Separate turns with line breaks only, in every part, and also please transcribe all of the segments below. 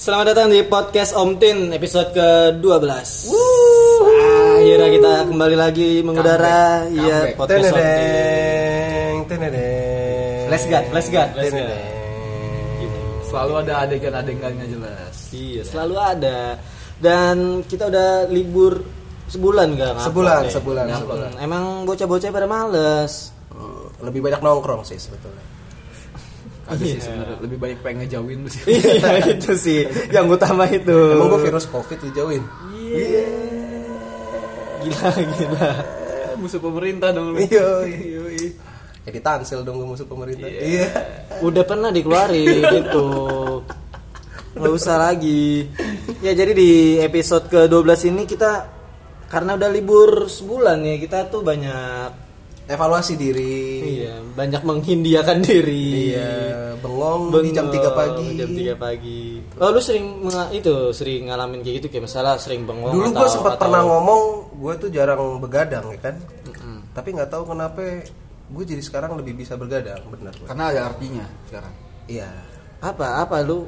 Selamat datang di podcast Om Tin episode ke-12. Akhirnya kita kembali lagi mengudara.
Comeback,
Iya,
comeback.
podcast Om Tin.
Tenedeng, tenedeng.
Let's go, let's go, let's go.
Tenedeng.
Selalu ada adegan-adegannya jelas.
Iya, selalu ada. Dan kita udah libur sebulan enggak
Sebulan, sebulan, sebulan.
Emang bocah-bocah pada males.
Hmm, Lebih banyak nongkrong sih sebetulnya.
Kagak
Iya.
sih sebenarnya lebih banyak pengen ngejauhin sih.
Iya, itu sih yang utama itu.
Emang gua virus covid dijauhin.
Gila, gila.
Eh, Musuh pemerintah dong lu.
Iya, iya, iya. Jadi tansel dong gua musuh pemerintah. Iya.
udah pernah dikeluarin gitu nggak usah lagi ya jadi di episode ke 12 ini kita karena udah libur sebulan ya kita tuh banyak
Evaluasi diri.
iya banyak menghindiakan diri
Iya, bengong, di jam
Bengong,
3 pagi.
jam 3 pagi oh lu sering menga- itu sering ngalamin kayak gitu kayak masalah sering bengong
Dulu
gua
gua sempat pernah ngomong, gua tuh jarang begadang ya kan. Tapi nggak tahu kenapa gue jadi sekarang lebih bisa begadang, benar
Kan.
gua.
Karena ada artinya sekarang.
Iya.
apa apa lu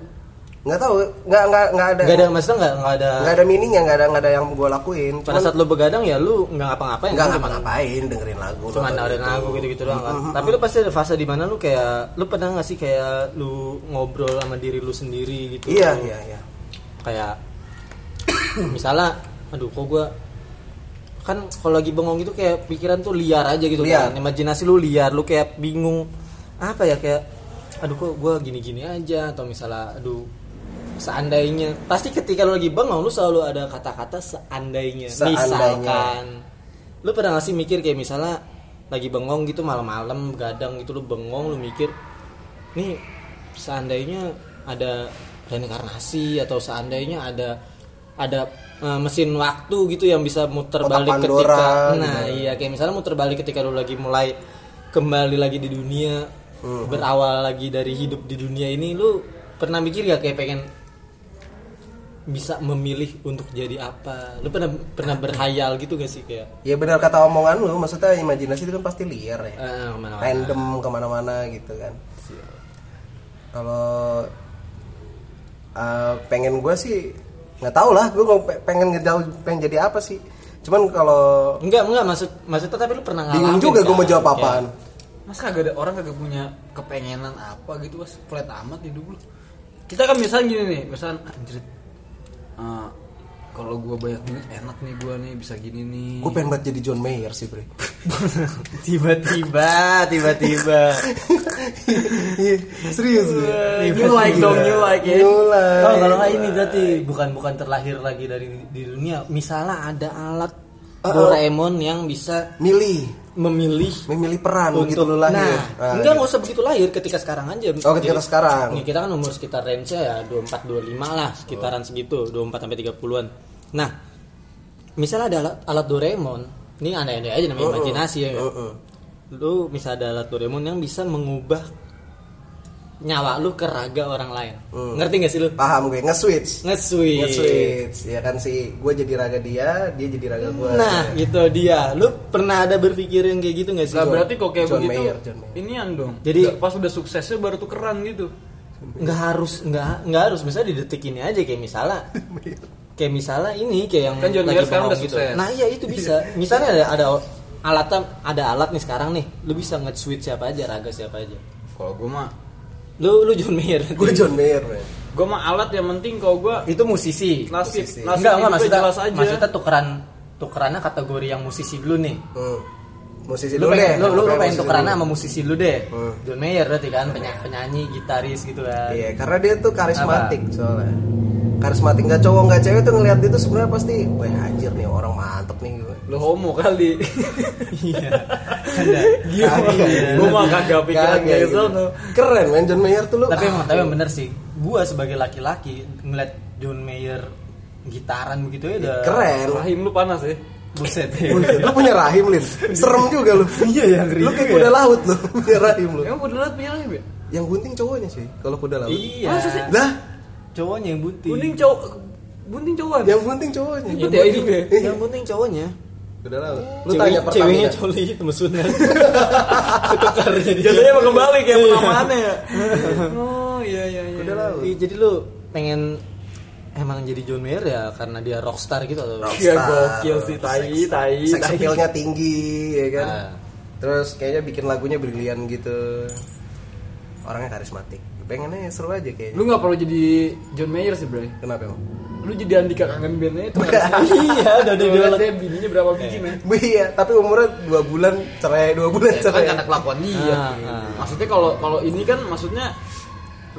Nggak tahu, nggak nggak nggak ada
nggak ada maksudnya nggak nggak ada
nggak ada mininya, nggak ada nggak ada yang gua lakuin.
pada
Cuman-
saat lu begadang ya lu nggak ngapa-ngapain kan?
Enggak
Lu cuma-
ngapa-ngapain dengerin lagu.
cuma
nonton
nawarin
YouTube.
lagu gitu-gitu doang kan. Tapi lu pasti ada fase di mana lu kayak lu pernah gak sih kayak lu ngobrol sama diri lu sendiri gitu.
Iya, iya, iya.
Kayak misalnya aduh kok gua kan kalau lagi bengong gitu kayak pikiran tuh liar aja gitu
Liar.
kan. Imajinasi lu liar, lu kayak bingung apa ya kayak aduh kok gua gini-gini aja atau misalnya aduh seandainya pasti ketika lu lagi bengong lu selalu ada kata-kata seandainya,
Seandainya.
Iya. misalkan lu pernah gak sih mikir kayak misalnya lagi bengong gitu malam-malam gadang gitu lu bengong lu mikir nih seandainya ada reinkarnasi atau seandainya ada ada eh, mesin waktu gitu yang bisa muter
Kotak
balik
Pandora,
ketika nah
gitu.
iya kayak misalnya muter balik ketika lu lagi mulai kembali lagi di dunia
Hmm.
berawal lagi dari hidup di dunia ini lu pernah mikir gak kayak pengen bisa memilih untuk jadi apa lu pernah pernah berhayal gitu gak sih kayak
Ya benar kata omongan lu, maksudnya imajinasi itu kan pasti liar ya.
eh, kemana-mana?
Random kemana-mana gitu kan. Kalau eh, pengen gue sih nggak tahu lah, gue pengen ngejauh, pengen jadi apa sih? Cuman kalau
enggak enggak maksud maksudnya tapi lu pernah ngalamin
bingung juga gue mau
kan?
jawab
Kayak,
apaan.
Mas kagak ada orang kagak punya kepengenan apa gitu mas flat amat hidup lu. Kita kan misalnya gini nih, misalnya anjir. eh, kalau gua banyak duit enak nih gua nih bisa gini nih.
Hmm.
Gue pengen banget jadi John Mayer sih, Bre.
tiba-tiba tiba-tiba
Iya, serius gue.
Iya. You like dong, you like it.
Mulai.
oh kalau nggak ini berarti bukan bukan terlahir lagi dari di dunia misalnya ada alat Doraemon yang bisa
Milih,
memilih
memilih peran
untuk
begitu lu lahir.
nah,
Ah,
enggak nggak usah begitu lahir ketika sekarang aja
Oh, ketika sekarang.
nih, kita kan umur sekitar range ya 24 25 lah sekitaran
Oh.
segitu 24 sampai 30-an nah misalnya ada alat, alat Doraemon ini aneh-aneh aja namanya
Oh,
imajinasi ya kan?
Heeh.
lu misalnya ada alat Doraemon yang bisa mengubah nyawa lu ke raga orang lain
Hmm.
ngerti gak sih lu
paham gue nge-switch
nge-switch
nge-switch ya kan si gue jadi raga dia dia jadi raga gue
nah itu dia lu pernah ada berpikir yang kayak gitu gak sih
Lah
John?
berarti kok kayak
John
begitu
Mayer, John Mayer.
ini dong.
Jadi-
Nggak, pas udah suksesnya baru tukeran gitu.
nggak harus nggak nggak harus misalnya di detik ini aja kayak misalnya kayak misalnya ini kayak yang
Kan John Mayer sekarang
bengong
udah sukses.
nah iya itu bisa misalnya ada ada alat ada alat nih sekarang nih lu bisa nge-switch siapa aja raga siapa aja
Kalau gua mah
lu lu John Mayer
gue John Mayer man.
gua mah alat yang penting kalau gua
itu musisi
nasib
Posisi.
nasib
enggak enggak
hidupnya
maksudnya
jelas aja.
maksudnya tukeran tukerannya kategori yang musisi dulu nih
hmm. musisi
lu
dulu deh
pengen, lu, lu, lu
Pokoknya
pengen
musisi
tukeran
dulu.
sama musisi lu deh
Hmm.
John Mayer berarti kan penya- penyanyi gitaris gitu kan
iya karena dia tuh karismatik soalnya karismatik nggak cowok nggak cewek tuh ngeliat dia tuh sebenarnya pasti wah anjir nih orang mantep nih gue
Lu homo kali.
iya
Iya.
Iya, Gua mah kagak pikiran
Kagak
kayak
gitu.
sono.
keren man John Mayer tuh lu
tapi emang
ah,
tapi emang bener sih gua sebagai laki-laki ngeliat John Mayer gitaran begitu ya udah
keren
Rahim lu panas ya.
buset
Buset, lu punya rahim lin serem juga lu
Iya, ya, ngeri
lu kayak
juga.
kuda laut lu punya rahim lu
Emang udah liat punya rahim ya?
yang gunting cowoknya sih kalau kuda laut
iya
Masa sih?
lah
cowoknya yang bunting
Bunting cowok bunting cowokan.
yang gunting
Iya,
cowoknya
Ribet ya
bunting-
hidupnya.
yang bunting cowoknya
kuda laut lu
Cewek-
tanya
ceweknya
Pertamina
cowok itu mesutnya ketukar jadi
Jadinya emang kembali kayak pertamaannya ya. Oh iya iya iya.
kuda laut
Iya, jadi lu pengen emang jadi John Mayer ya karena dia rockstar gitu atau
Rockstar,
Iya, gokil sih, tai,
seks-
tai,
Seks
tai.
appeal-nya tinggi ya kan.
Ah.
Terus kayaknya bikin lagunya brilian gitu. Orangnya karismatik. Pengennya seru aja
Lu
kayaknya.
nggak perlu jadi John Mayer sih, Bro.
Kenapa emang?
Lu jadi Andika kangen bandnya itu.
iya udah Eh.
Ada
dia
bilang
bilang
dia bininya berapa biji, men?
Iya, tapi umurnya dua bulan cerai, dua bulan
Ya, itu kan
cerai.
karena kelakuan dia. gitu.
Ah, ah.
Maksudnya kalau kalau ini kan maksudnya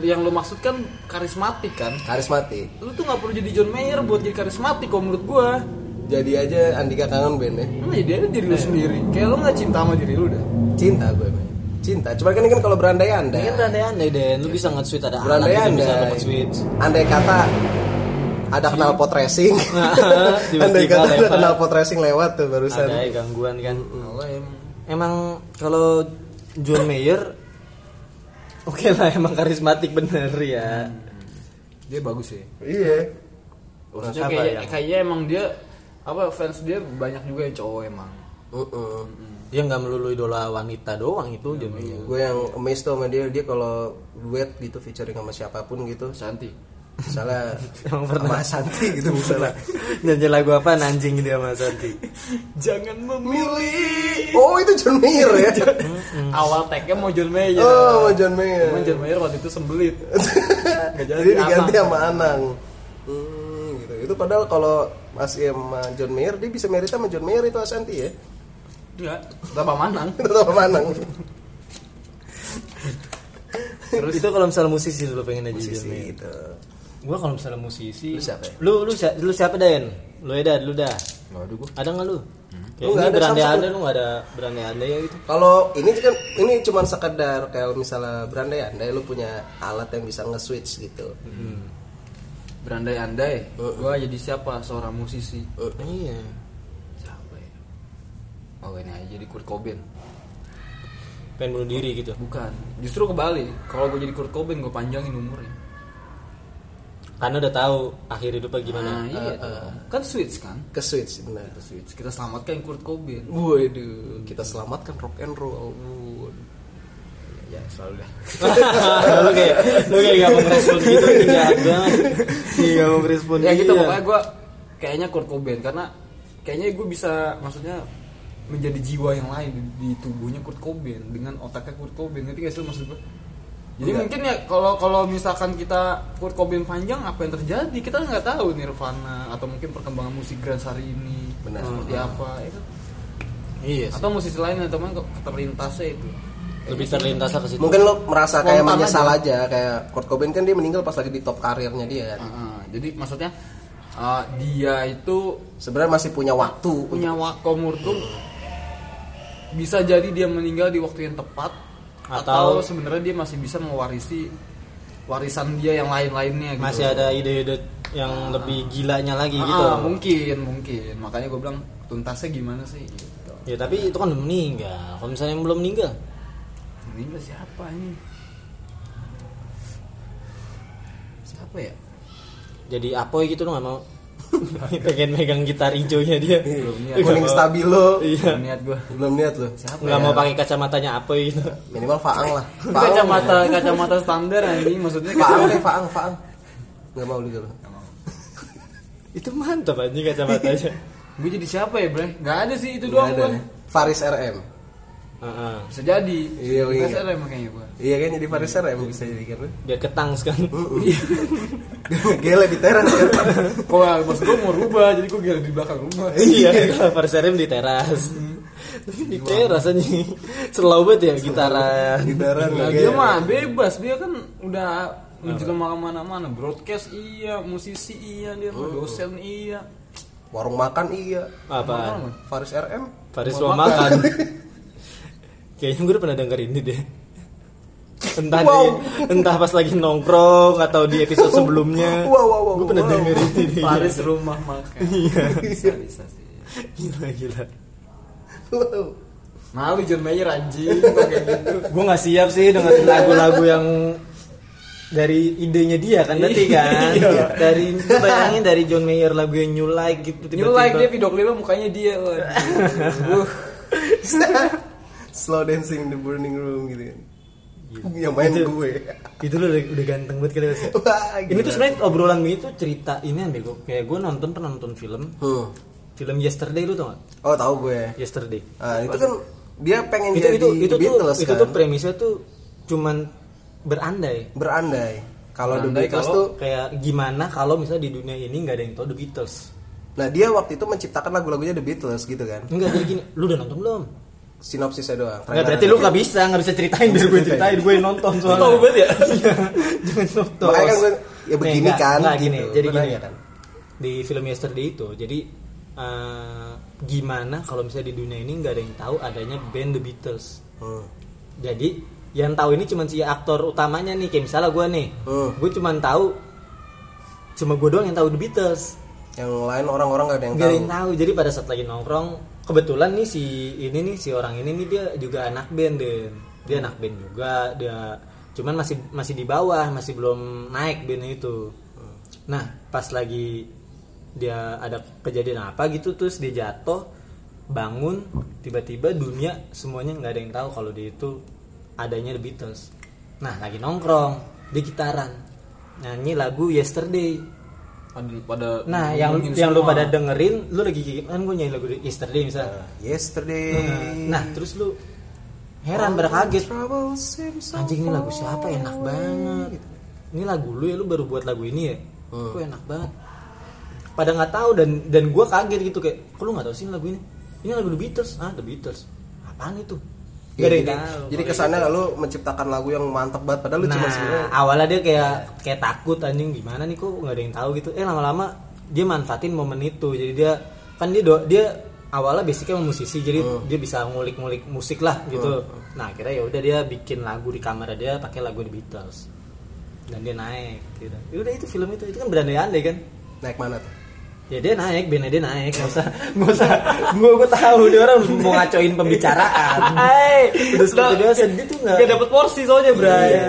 yang lu maksud kan karismatik kan.
Karismatik.
Lu tuh nggak perlu jadi John Mayer buat jadi karismatik kalau menurut gua.
Jadi aja Andika kangen band ya.
Nah, ya dia ada diri lu sendiri. Kayak lu nggak cinta sama diri lu dah.
Cinta gue, men. cinta. Cuman kan ini kan kalau berandai-andai.
Ini kan berandai-andai Den, lu bisa nge-tweet ada anak gitu,
berandai-andai.
bisa dapat switch
Andai kata ada knalpot racing.
Tiba-tiba
Andai kata ada
lewat.
knalpot racing lewat tuh barusan.
Ada ya gangguan kan
Allah emang.
Emang kalau John Mayer Oke lah emang karismatik bener ya
Dia bagus sih.
Iya.
Maksudnya
Sabar,
kayaknya,
ya.
kayaknya emang dia apa fans dia banyak juga yang cowok emang.
Uh-uh.
Dia nggak melulu idola wanita doang itu John Mayer
Gue yang amazed tuh sama dia, dia kalau duet gitu featuring sama siapapun gitu.
Santi.
Misalnya
Emang pernah.
sama Santi gitu misalnya.
Nyanyi lagu apa anjing dia sama Santi
Jangan memilih.
Oh itu John Mayer ya.
Awal tagnya Hmm. mau John Mayer.
Oh John Mayer.
Cuman Iya. John Mayer waktu itu sembelit. Nggak jadi
Jadi diganti
Anang.
sama Anang. Hmm, gitu. Itu padahal kalau masih sama John Mayer dia bisa merit sama John Mayer itu Asanti ya.
Enggak, Bapak Manang.
Itu sama Anang.
Iya,
Terus itu kalau misalnya musisi lu pengen aja John Mayer
Sisi gitu.
Gua kalau misalnya musisi
Lu siapa ya?
Lu, lu, si- lu siapa Den? Lu Edad, lu dah
Enggak ada gua.
Ada nggak lu?
Lu nggak
Kayak
ada
ini berandai-andai
sama
lu nggak ada berandai-andai ya gitu
Kalau ini kan ini cuma sekedar kalau misalnya berandai-andai lu punya alat yang bisa nge-switch gitu.
Berandai-andai, gua jadi siapa? Seorang musisi.
Iya
Siapa ya? Oh ini aja jadi Kurt Cobain.
Pengen bunuh diri gitu
Bukan, justru kebalik. Kalau gua jadi Kurt Cobain, gua panjangin umurnya.
Karena Kan udah tahu akhir hidupnya gimana Uh,
Nah, iya dong. Kan switch kan?
Ke-switch benar.
Kita switch. Kita selamatkan Kurt Cobain.
Uh.
Waduh, kita selamatkan rock and roll. Waduh.
Ya, selalu dah.
lu kayak lu kayak gak mau merespon gitu jahat banget iya gak mau merespon
ya gitu
iya.
pokoknya gue kayaknya Kurt Cobain karena kayaknya gue bisa maksudnya menjadi jiwa yang lain di, di tubuhnya Kurt Cobain dengan otaknya Kurt Cobain ngerti gak sih lu maksud gue jadi
Iya.
Enggak.
mungkin ya kalau kalau misalkan kita Kurt Cobain panjang apa yang terjadi kita nggak tahu Nirvana atau mungkin perkembangan musik Grand hari ini
Benar.
seperti apa ya kan?
iya sih.
atau musisi lain yang teman kok terlintasnya itu
lebih terlintas ke situ
Mungkin lo merasa kayak
Spontan
menyesal
aja.
aja. kayak Kurt Cobain kan dia meninggal pas lagi di top karirnya dia kan.
Heeh, Ah, jadi maksudnya eh, dia itu
Sebenarnya masih punya waktu
punya wakomur tuh bisa jadi dia meninggal di waktu yang tepat
Atau-
atau, sebenarnya dia masih bisa mewarisi warisan dia yang lain-lainnya gitu.
masih ada ide-ide yang lebih gilanya lagi
Ah,
gitu
mungkin mungkin makanya gue bilang tuntasnya gimana sih gitu.
ya tapi itu kan udah meninggal kalau misalnya yang belum meninggal
Meninggal siapa ini? Siapa ya?
jadi apoy gitu lo gak mau pengen megang gitar hijaunya dia
Belum
Nggak
Kuning
mau-
stabilo.
iya
niat gue.
Belum niat lo.
nggak mau pakai kacamatanya apoy gitu
Minimal faang lah.
Kacamata kacamata standar anjing maksudnya
Faang deh, faang, faang. Enggak mau juga lo.
itu mantap aja kacamatanya
Gue jadi siapa ya, Bre? Gak ada sih itu
Nggak
doang
ada.
ya?
gue.
Faris RM.
Heeh.
Bisa jadi.
Iya, iya.
Bisa lah makanya gue.
Iya kan jadi Faris RM bisa jadi kan.
biar ketangs kan
Iya.
Gila di teras kan.
Kalau bos gue mau rubah, jadi gue gila di belakang rumah.
iya kalau Farsarium di teras di teras aja selau banget ya gitaran
Di teras
Nah, dia mah bebas, dia kan udah menjelma kemana-mana. Broadcast iya, musisi iya, dia mah dosen iya.
Warung makan iya.
apaan
Faris RM.
Faris
Mau
mau makan kayaknya gue udah pernah denger ini deh entah di-
Wow.
entah pas lagi nongkrong atau di episode sebelumnya
Wow, wow, wow,
gue pernah
wow.
denger ini deh
Oh, Paris rumah makan. Iya. Bisa, bisa sih.
gila gila
Wow.
Malu John Mayer anjing kok kayak gitu.
gue nggak siap sih dengan lagu-lagu yang dari idenya dia kan berarti kan dari lu bayangin dari John Mayer lagu yang New Like gitu tiba-tiba.
New like dia video klipnya mukanya dia. waduh.
Slow dancing in the burning room gitu kan. yang main
Iya. Itu-
gue
itu lu udah, udah ganteng banget kali Mas. ya?
Wah,
ini
gila.
tuh sebenarnya obrolan begitu cerita ini yang bego kayak gue nonton pernah nonton film
Hmm.
film yesterday lu tau gak
oh tahu gue
yesterday
Ah, itu kan dia pengen
itu
jadi
itu itu
Beatles
tuh itu
kan
tuh premisnya tuh cuman berandai
berandai kalau The
Berandai
Beatles
kalau-
tuh
kayak gimana kalau misalnya di dunia ini nggak ada yang tahu The Beatles
nah dia waktu itu menciptakan lagu-lagunya The Beatles gitu kan
enggak jadi gini lu udah nonton belum
sinopsisnya doang
Enggak berarti lu nggak bisa nggak bisa ceritain biar gue ceritain gue yang nonton soalnya
tahu banget ya?
Iya, jangan nonton
Makanya kan gue- ya begini
enggak,
kan,
enggak,
gitu.
gini jadi
Benar
gini
ya kan?
di film yesterday itu jadi eh, gimana kalau misalnya di dunia ini nggak ada yang tahu adanya band The Beatles
Hmm.
jadi yang tahu ini cuman si aktor utamanya nih kayak misalnya gue nih
Hmm.
gue cuman tahu cuma gue doang yang tahu The Beatles
yang lain orang-orang gak ada yang
Gak ada
tahu
yang tahu. Jadi pada saat lagi nongkrong, kebetulan nih si ini nih si orang ini nih dia juga anak band Den. Dia anak band juga, dia cuman masih masih di bawah, masih belum naik bandnya itu. Nah, pas lagi dia ada kejadian apa gitu terus dia jatuh, bangun, tiba-tiba dunia semuanya nggak ada yang tahu kalau dia itu adanya The Beatles. Nah, lagi nongkrong, dia gitaran, nyanyi lagu Yesterday.
pada pada
Nah,
Hmm,
yang
ngomongin
yang lu
semua.
pada dengerin, lu lagi gigit kan gue nyanyi lagu yesterday misalnya.
yesterday
Nah, terus lu heran pada kaget.
trouble seems so
Anjing ini lagu
far
siapa enak
away."
banget. Ini lagu lu ya lu baru buat lagu ini ya.
Hmm.
Kok enak banget. Pada nggak tahu dan dan gua kaget gitu kayak, "Kok lu nggak tahu sih ini lagu ini?" Ini lagu The Beatles. Ah, The Beatles. Apaan itu? Gak
Ya,
ada yang
jadi,
tahu.
jadi kesannya lu menciptakan lagu yang mantep banget padahal lu cuma
nah,
sebenarnya
awalnya dia kayak kayak takut anjing gimana nih kok nggak ada yang tahu gitu. Eh lama-lama dia manfaatin momen itu. Jadi dia kan dia do- dia awalnya basicnya emang musisi jadi
Oh.
dia bisa ngulik-ngulik musik lah gitu. Nah, akhirnya ya udah dia bikin lagu di kamar dia pakai lagu The Beatles. Dan dia naik gitu. Ya udah itu film itu itu kan berandai-andai kan.
naik mana tuh
Ya dia naik, bandnya dia naik, gak usah, gak usah, gue gue tahu dia orang mau ngacoin pembicaraan.
Ah, Hai,
Udah seperti biasa dia tuh nggak
Gak dapet porsi soalnya Bray
Iya.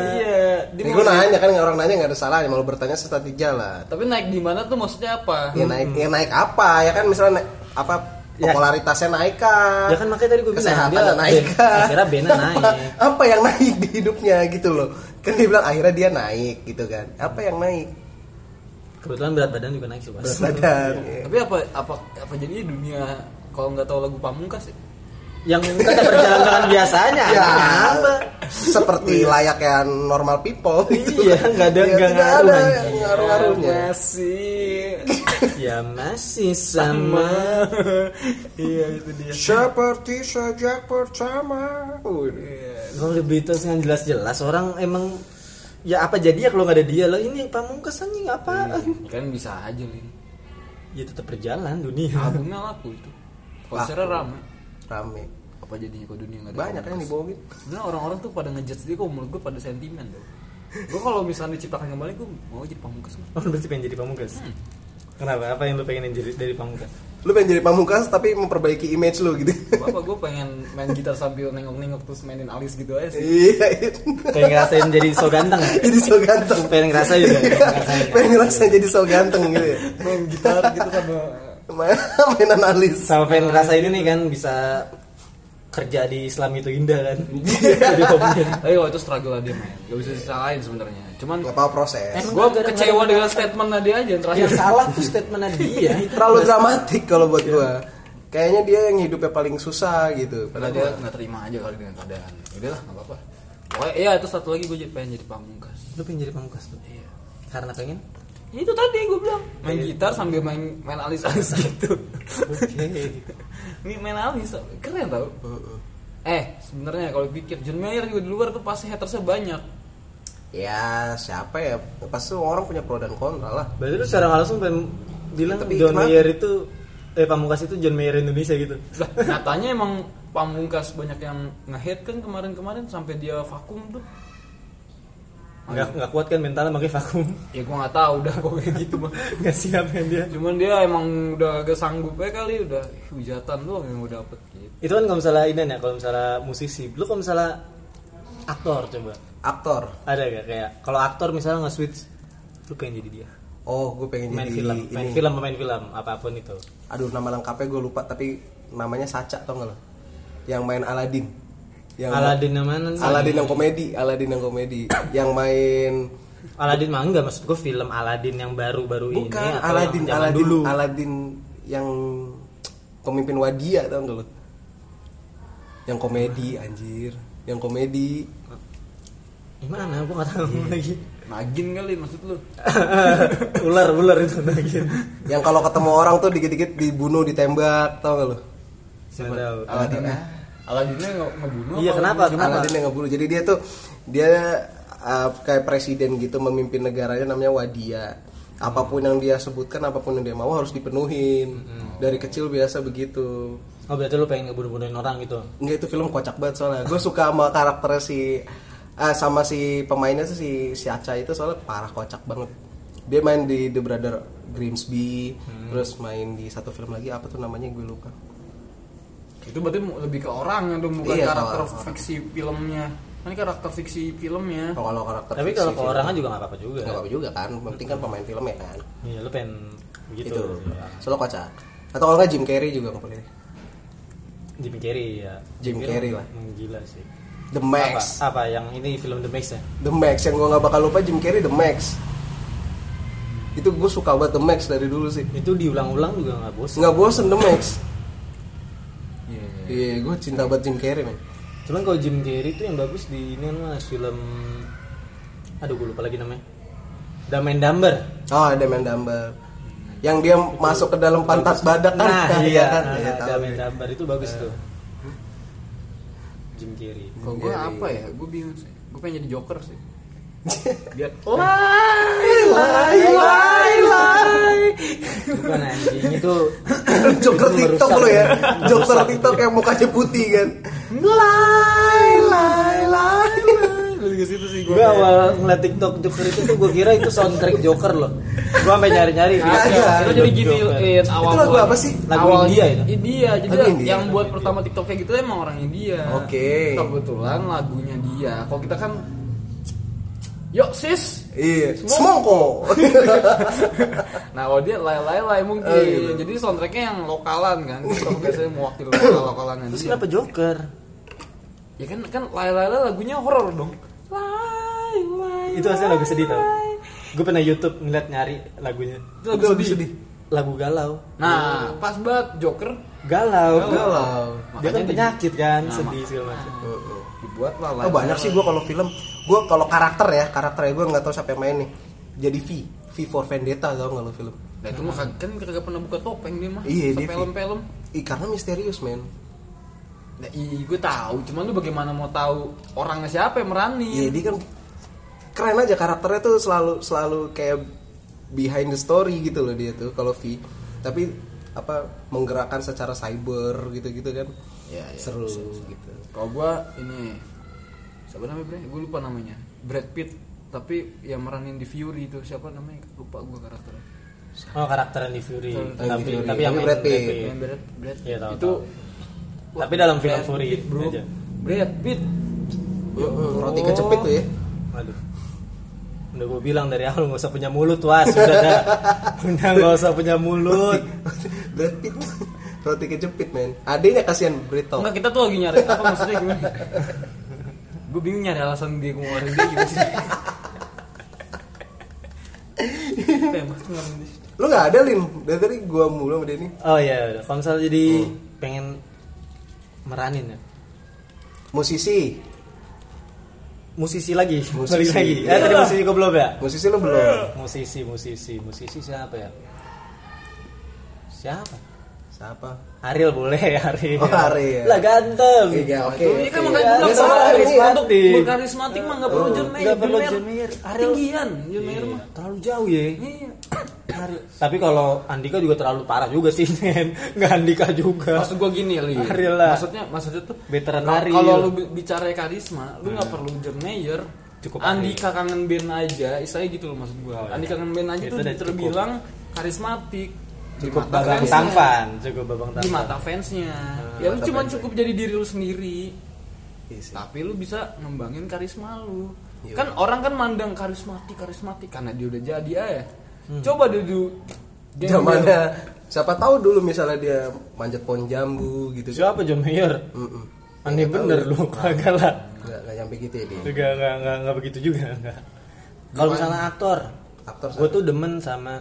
Dia
Nih
mau-
gue nanya kan orang nanya nggak ada salahnya malu bertanya setelah jalan
Tapi naik di mana tuh maksudnya apa?
ya naik ya naik apa ya kan misalnya naik- apa
Hmm. Ya.
popularitasnya naik kan
Ya kan makanya tadi gue bilang,
kesehatan
dia-
naik
dia-
kan
akhirnya bandnya
Apa-
naik.
apa yang naik di hidupnya gitu loh kan dia bilang akhirnya dia naik gitu kan apa yang naik
Kebetulan berat badan juga naik sih, Bas.
berat badan ya.
Tapi apa apa apa jadinya dunia kalau nggak tahu lagu pamungkas ya?
Yang tetap berjalan dengan biasanya.
Ya,
Apa?
seperti layaknya normal people gitu
Iya,
kan.
nggak ada-
Ya,
nggak
tidak
ngaruh,
ada
anjing.
ngaruh-ngaruhnya
Ya Masih.
Ya masih sama.
Iya itu dia.
seperti sejak pertama
Kalau The Beatles yang jelas-jelas orang emang ya apa jadi ya kalau nggak ada dia lah ini pamungkas anjing
Iya.
apaan?
Kan bisa aja nih.
Ya tetap berjalan dunia.
Albumnya laku itu. Konsernya ramai.
rame
Apa jadinya kalau dunia nggak ada
banyak kan. yang
pamungkas?
dibohongin
Sebenarnya orang-orang tuh pada ngejudge dia kok menurut gue pada sentimen tuh. Gue kalau misalnya diciptakan kembali gue mau jadi pamungkas.
Oh, lu berarti pengen jadi pamungkas.
Hmm.
Kenapa? Apa yang lu pengen jadi dari pamungkas?
lu pengen jadi pamungkas tapi memperbaiki image lu gitu
Bapak gue pengen main gitar sambil nengok-nengok terus mainin alis gitu aja sih.
iya
Pengen ngerasain jadi so ganteng ya?
jadi so ganteng Iya.
Pengen ngerasain juga. pengen ngerasain.
pengen ngerasain jadi so ganteng gitu ya
Main gitar gitu sama
Main- mainan alis
Sama pengen ngerasain ini nih kan bisa kerja di Islam itu indah kan. Jadi pamungkas.
Tapi kalau itu struggle dia main. Gak bisa disalahin sebenarnya. Cuman
nggak apa proses
Emang
gue
gara-gara-
kecewa dengan statement dia aja yang terakhir.
yang salah tuh statementnya dia
terlalu dramatik kalau buat gua kayaknya dia yang hidupnya paling susah gitu
Padahal dia nggak terima aja kali dengan keadaan. Udahlah nggak apa-apa. Pokoknya iya itu satu lagi gue pengen jadi pamungkas.
lu pengen jadi pamungkas tuh
Iya.
karena pengen
Ya, itu tadi gue bilang main gitar sambil main main alis-alis gitu. Ini main alis keren tau. Eh sebenarnya kalau pikir John Mayer juga di luar tuh pasti hatersnya banyak.
ya siapa ya pasti orang punya pro dan kontra lah
berarti lu secara nggak langsung pengen bilang
Tapi
John
kenapa?
Mayer itu eh pamungkas itu John Mayer Indonesia gitu
Lah, katanya emang pamungkas banyak yang nge-hate kan kemarin-kemarin sampai dia vakum tuh.
nggak nggak kuat kan mentalnya makanya vakum
Ya gue nggak tahu udah kok kayak gitu mah.
nggak siap kan dia
Cuman dia emang udah agak sanggup aja kali udah hujatan doang yang gue dapet gitu.
itu kan kalau misalnya ini ya kalau misalnya musisi lu kalau misalnya aktor coba
aktor
ada gak kayak kalau aktor misalnya nge switch lu pengen jadi dia
oh gue pengen
main
jadi
film main
ini
film pemain film apapun itu
aduh nama lengkapnya gue lupa tapi namanya Saca tau gak lo yang main Aladin Yang-
Aladin yang mana? nih?
Aladin yang komedi, Aladin yang komedi, yang main
Aladin mah enggak maksud gue film Aladin yang baru-baru ini
bukan
atau
Aladin,
yang zaman
Aladin,
dulu.
Aladin yang pemimpin wadia tau nggak lo? Yang komedi anjir, yang komedi.
Gimana? Gue nggak tahu
Iya.
lagi.
Nagin kali maksud lu.
ular ular itu lagi.
Yang kalau ketemu orang tuh dikit-dikit dibunuh, ditembak, tau gak lo?
Siapa tahu.
Aladinnya.
Aladinnya nggak ngebunuh.
Iya
apa
kenapa? Kenapa?
Aladin yang ngebunuh. Jadi dia tuh dia uh, kayak presiden gitu memimpin negaranya namanya Wadia. Apapun yang dia sebutkan, apapun yang dia mau harus dipenuhin.
Hmm.
Dari kecil biasa begitu.
Oh berarti lu pengen ngebunuh-bunuhin orang gitu?
Enggak itu film kocak banget soalnya. Gue suka sama karakternya si ah, sama si pemainnya tuh si si Acha itu soalnya parah kocak banget. Dia main di The Brother Grimsby,
Hmm.
terus main di satu film lagi apa tuh namanya gue lupa.
Itu berarti mu- lebih ke orang itu bukan
Iya,
karakter
kalau orang.
fiksi filmnya. Kan Ini karakter fiksi filmnya.
Kalau kalau karakter
Tapi
fiksi
kalau Hmm. ke
film,
orangnya juga nggak apa-apa juga.
iya. nggak apa-apa juga kan, penting kan pemain film ya kan.
Iya lu pengen gitu.
Itu. Soalnya kocak. Atau kalau nggak Jim Carrey juga boleh.
Jim Carrey ya.
Jim Carrey lah.
Hmm, Gila sih.
The Max.
Apa, apa yang ini film The Max ya?
The Max yang gue nggak bakal lupa Jim Carrey The Max. Itu gue suka banget The Max dari dulu sih.
Itu diulang-ulang juga nggak bosan.
Nggak bosen The Max.
Iya.
Iya, gue cinta banget Jim Carrey, men.
Cuman kalau Jim Carrey itu yang bagus di ini kan, mas film aduh gue lupa lagi namanya. Damai Damber.
Oh, ada main gambar. Yang dia masuk ke dalam pantat badak kan?
Nah,
Iya
iya,
kan?
nah,
Iya, tahu Nah.
Damai
gue.
Damber itu bagus tuh. Jim Carrey.
Iya,
Kalau gue apa ya? Gue bingung sih. Gue pengen jadi Joker sih. Biar
Lai, lai, lai, lai.
Bukan anjing itu
Joker
itu
TikTok
merusak.
lo ya. Joker TikTok yang mukanya putih kan. Lai, lai, lai.
lebih ke situ sih gue.
Gue awal ngeliat TikTok Joker itu tuh gue kira itu soundtrack Joker loh. Gue sampai nyari-nyari.
Iya,
Itu jadi gini
Joker.
eh, awal
Itu lagu
mulanya.
apa sih?
Lagu
Awal-
India itu?
India. Jadi
Lagu India.
yang buat pertama TikTok kayak gitu emang orang India.
Oke.
Kebetulan lagunya dia. Kalau kita kan Yuk sis.
Iya,
Semua-
semongko.
Nah, kalau dia lay lay lay mungkin.
Oh, gitu.
Jadi soundtracknya yang lokalan kan. TikTok biasanya mewakili lokal lokalannya.
Terus kenapa Joker?
Ya kan kan lay lay lay lagunya horor dong. Lay lay.
Itu aslinya lagu sedih tau. Gue pernah YouTube ngeliat nyari lagunya.
Itu lagu sedih.
Lagu galau.
Nah, pas banget Joker
Galau.
Galau.
Dia kan
Makanya di-
penyakit kan,
Nah,
sedih
mak-
segala macam.
dibuat lah
Oh, banyak sih gue kalau film. Gue kalau karakter ya, karakter ya gue nggak tahu siapa yang main nih. Jadi V, V for Vendetta tau nggak lo film?
Nah, itu mah kan kagak pernah buka topeng dia mah.
Iya, dia-
Sepelem-pelem.
Ih, karena misterius men.
Nah, iya gue tahu, cuman lu bagaimana mau tahu orangnya siapa yang
Iya,
meranin?
dia kan keren aja karakternya tuh selalu selalu kayak behind the story gitu loh dia tuh kalau V. Tapi apa menggerakkan secara cyber gitu-gitu kan.
Iya, iya,
seru,
seru,
gitu.
Kalau gue ini siapa namanya bre? Gue lupa namanya. Brad Pitt, tapi yang meranin di Fury itu siapa namanya? Lupa gue karakternya.
Oh karakter Andy Fury.
Andy
Tapi
Fury.
tapi yang
Tapi
main
Brad Pitt.
Yang Brad, Brad
Iya, tahu,
itu.
tahu. Tapi dalam film
Brad
Fury
Pitt, bro.
aja.
Brad Pitt.
Mm, Roti kecepit tuh ya.
Aduh. Udah gue bilang dari awal gak usah punya mulut wah sudah dah. Udah gak usah punya mulut.
Brad Pitt. Roti kecepit men. Adanya kasihan Brito.
Oh. Enggak kita tuh lagi nyari apa maksudnya gimana? gue bingung nyari alasan dia ngeluarin dia gitu sih. Apa yang maksud ngeluarin dia?
Lu nggak ada Lin. Dari tadi gua mulu sama Denny.
Oh iya, udah. kalau misalnya jadi
Oh.
pengen meranin ya.
Musisi.
Musisi lagi,
Musisi. Iya.
musisi. lagi. Eh, tadi musisi gue belum ya?
Musisi lu belum.
Musisi, musisi, musisi siapa ya? Siapa?
Siapa?
Ariel boleh, Ariel.
Oh, Ariel.
Lah ganteng.
Iya, oke.
Iya kan makanya
Iya,
bilang
iya,
sama
iya,
karismatik.
iya.
Bukan karismatik mah enggak perlu John Mayer.
Nggak perlu
Mayer
John Mayer. Ariel.
Ketinggian John Mayer
Iya,
mah.
Terlalu jauh ya.
Iya.
Ariel. Tapi kalau Andika juga terlalu parah juga sih, Nen. Nggak Andika juga.
Maksud gua gini Li.
Ariel lah.
Maksudnya maksudnya tuh
Veteran
kalau-
Ariel. Hmm.
Kalau lu bi- bicara karisma, lu nggak perlu John Mayer.
Cukup
Andika kangen band aja, istilahnya gitu loh maksud gua.
Oh, iya.
Andika kangen band aja
Itu
tuh
udah cukup.
terbilang karismatik. Di
cukup
mata
babang
fansnya.
tangfan, cukup babang
Di
tangfan.
mata fansnya.
Hmm,
Ya lu
mata
cuma
fansnya.
cukup jadi diri lu sendiri.
Iya sih.
tapi lu bisa ngembangin karisma lu
Iya.
kan orang kan mandang karismatik karismatik karena dia udah jadi aja
Hmm.
coba dia dulu
Zamannya siapa tahu dulu misalnya dia manjat pohon jambu gitu.
Siapa John Mayer?
Mm-mm.
aneh bener lu kagak lah
nggak nggak nyampe gitu ya dia
juga nggak nggak nggak begitu juga nggak kalau misalnya aktor
aktor
gue tuh demen sama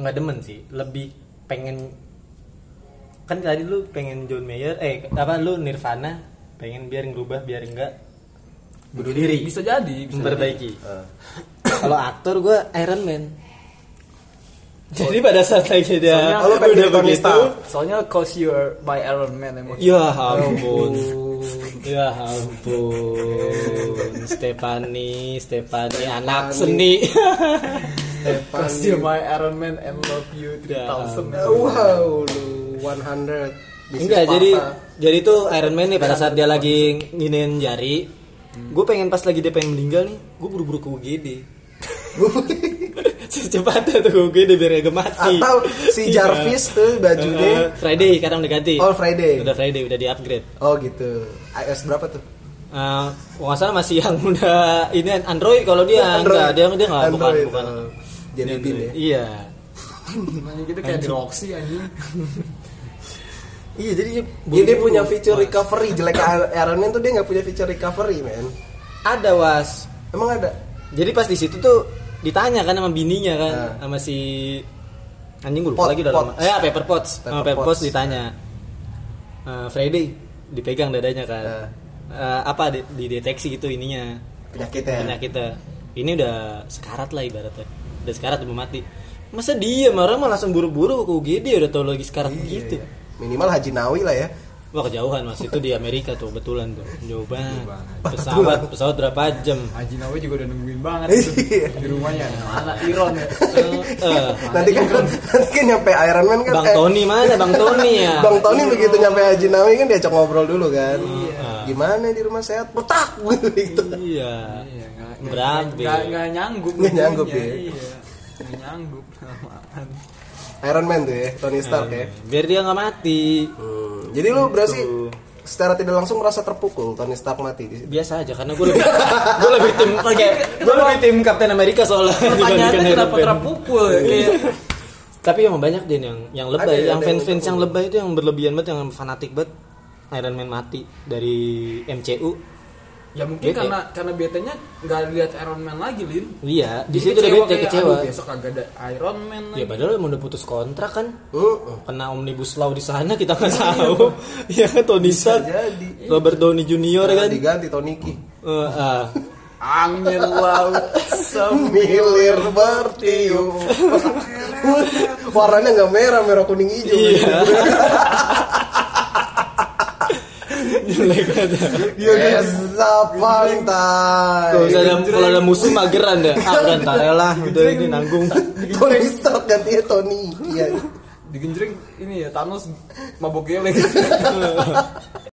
nggak demen sih lebih pengen kan tadi lu pengen John Mayer eh apa lu Nirvana pengen biar ngerubah biar enggak bunuh diri
Bisa jadi, bisa
memperbaiki
Eh,
kalau aktor gue Iron Man jadi pada saat lagi
Oh. Soalnya
dia
kalau
udah
pengen jadi Tony
Ya, begitu
Stark.
jadi. Soalnya cause you're by Iron Man emang.
ya ampun ya ampun Stefani Stefani anak seni
Stefan
Cause you're by Iron Man and love you 3000.
Eh, wow lu 100 This is
Enggak,
Papa.
jadi jadi tuh Iron Man nih pada saat dia lagi nginin jari, gue pengen pas lagi dia pengen meninggal nih, gue buru-buru ke UGD. Secepatnya tuh ke UGD biar gak mati.
atau si Jarvis
Eh,
tuh bajunya
Friday kadang udah ganti.
All Friday
Udah Friday udah di-upgrade.
oh gitu iOS berapa tuh
Eh, kalau nggak salah masih yang udah ini Android kalau dia Iya, enggak, dia dia enggak bukan
Android,
bukan.
oh. jadi
Android.
pin ya
Iya.
Nanya gitu kayak di Roxy anjing.
Iya, jadi
Jadi dia punya fitur recovery jelek Iron Man tuh dia nggak punya fitur recovery man
ada was
emang ada
Jadi pas di situ tuh ditanya kan sama bininya kan
Nah.
sama si anjing gue
Pot,
lupa lagi udah
pot.
lama. Eh, ya, paper pots.
Paper
Sama paper
pots.
pots ditanya. Eh, Friday dipegang dadanya kan.
Nah.
Eh, apa di- dideteksi gitu ininya
penyakitnya
penyakitnya. Ini udah sekarat lah ibaratnya. Udah sekarat belum mati. Masa dia orang malah langsung buru-buru ke UGD ya, udah tau lagi sekarat gitu. begitu.
Iya, iya. minimal Haji Nawi lah ya
Wah kejauhan mas itu di Amerika tuh betulan tuh jauh banget pesawat pesawat berapa jam
Haji Nawawi juga udah nungguin banget tuh
Iya.
di rumahnya. Anak Iron ya.
Eh,
nanti kan nanti kan nyampe Iron Man kan
Bang
eh,
Tony mana Bang Tony ya?
Bang Tony begitu nyampe Haji Nawi kan diajak ngobrol dulu kan gimana di rumah sehat petak gitu
Iya.
Iya, nggak- nggak-
Berat,
nggak-
Bi.
nggak nyanggup.
Nggak nyanggup,
nungguinnya,
ya.
Iya. Nggak nyanggup. Lamaan.
Iron Man tuh ya Tony Stark ya
Biar dia nggak mati.
Hmm, jadi lu berarti secara tidak langsung merasa terpukul Tony Stark mati di situ.
Biasa aja karena gue lebih gue lebih tim kayak gue lebih tim Captain America soalnya dibandingkan
Pertanyaannya
Iron
kenapa
Man.
terpukul ya? Kayak
Tapi emang banyak deh yang yang lebay,
Ada ya,
yang
ada yang
fans-fans yang
terpukul.
lebay itu yang berlebihan banget, yang fanatik banget. Iron Man mati dari MCU.
Ya mungkin
Bete.
karena karena betenya nggak lihat Iron Man lagi, Lin.
Iya, di
Jadi
situ udah bete
kayak,
kecewa.
"Aduh, Besok kagak ada Iron Man lagi.
Ya padahal emang udah putus kontrak kan.
Heeh.
Kena omnibus law di sana kita nggak tahu. Iya kan Tony Stark,
jadi.
Robert Downey Junior
Nah,
kan.
diganti Tony Ki.
Eh, ah.
Angin laut sem-
Milir bertiup. Warnanya nggak merah, merah kuning hijau.
Iya. Jelek banget.
Dia bisa pantai.
Kalau ada kalau ada musuh mageran deh. Ah udah ntar ya lah, udah ini nanggung.
Tony Stark gantinya Tony. Iya.
digenjreng ini ya Thanos mabok geleng.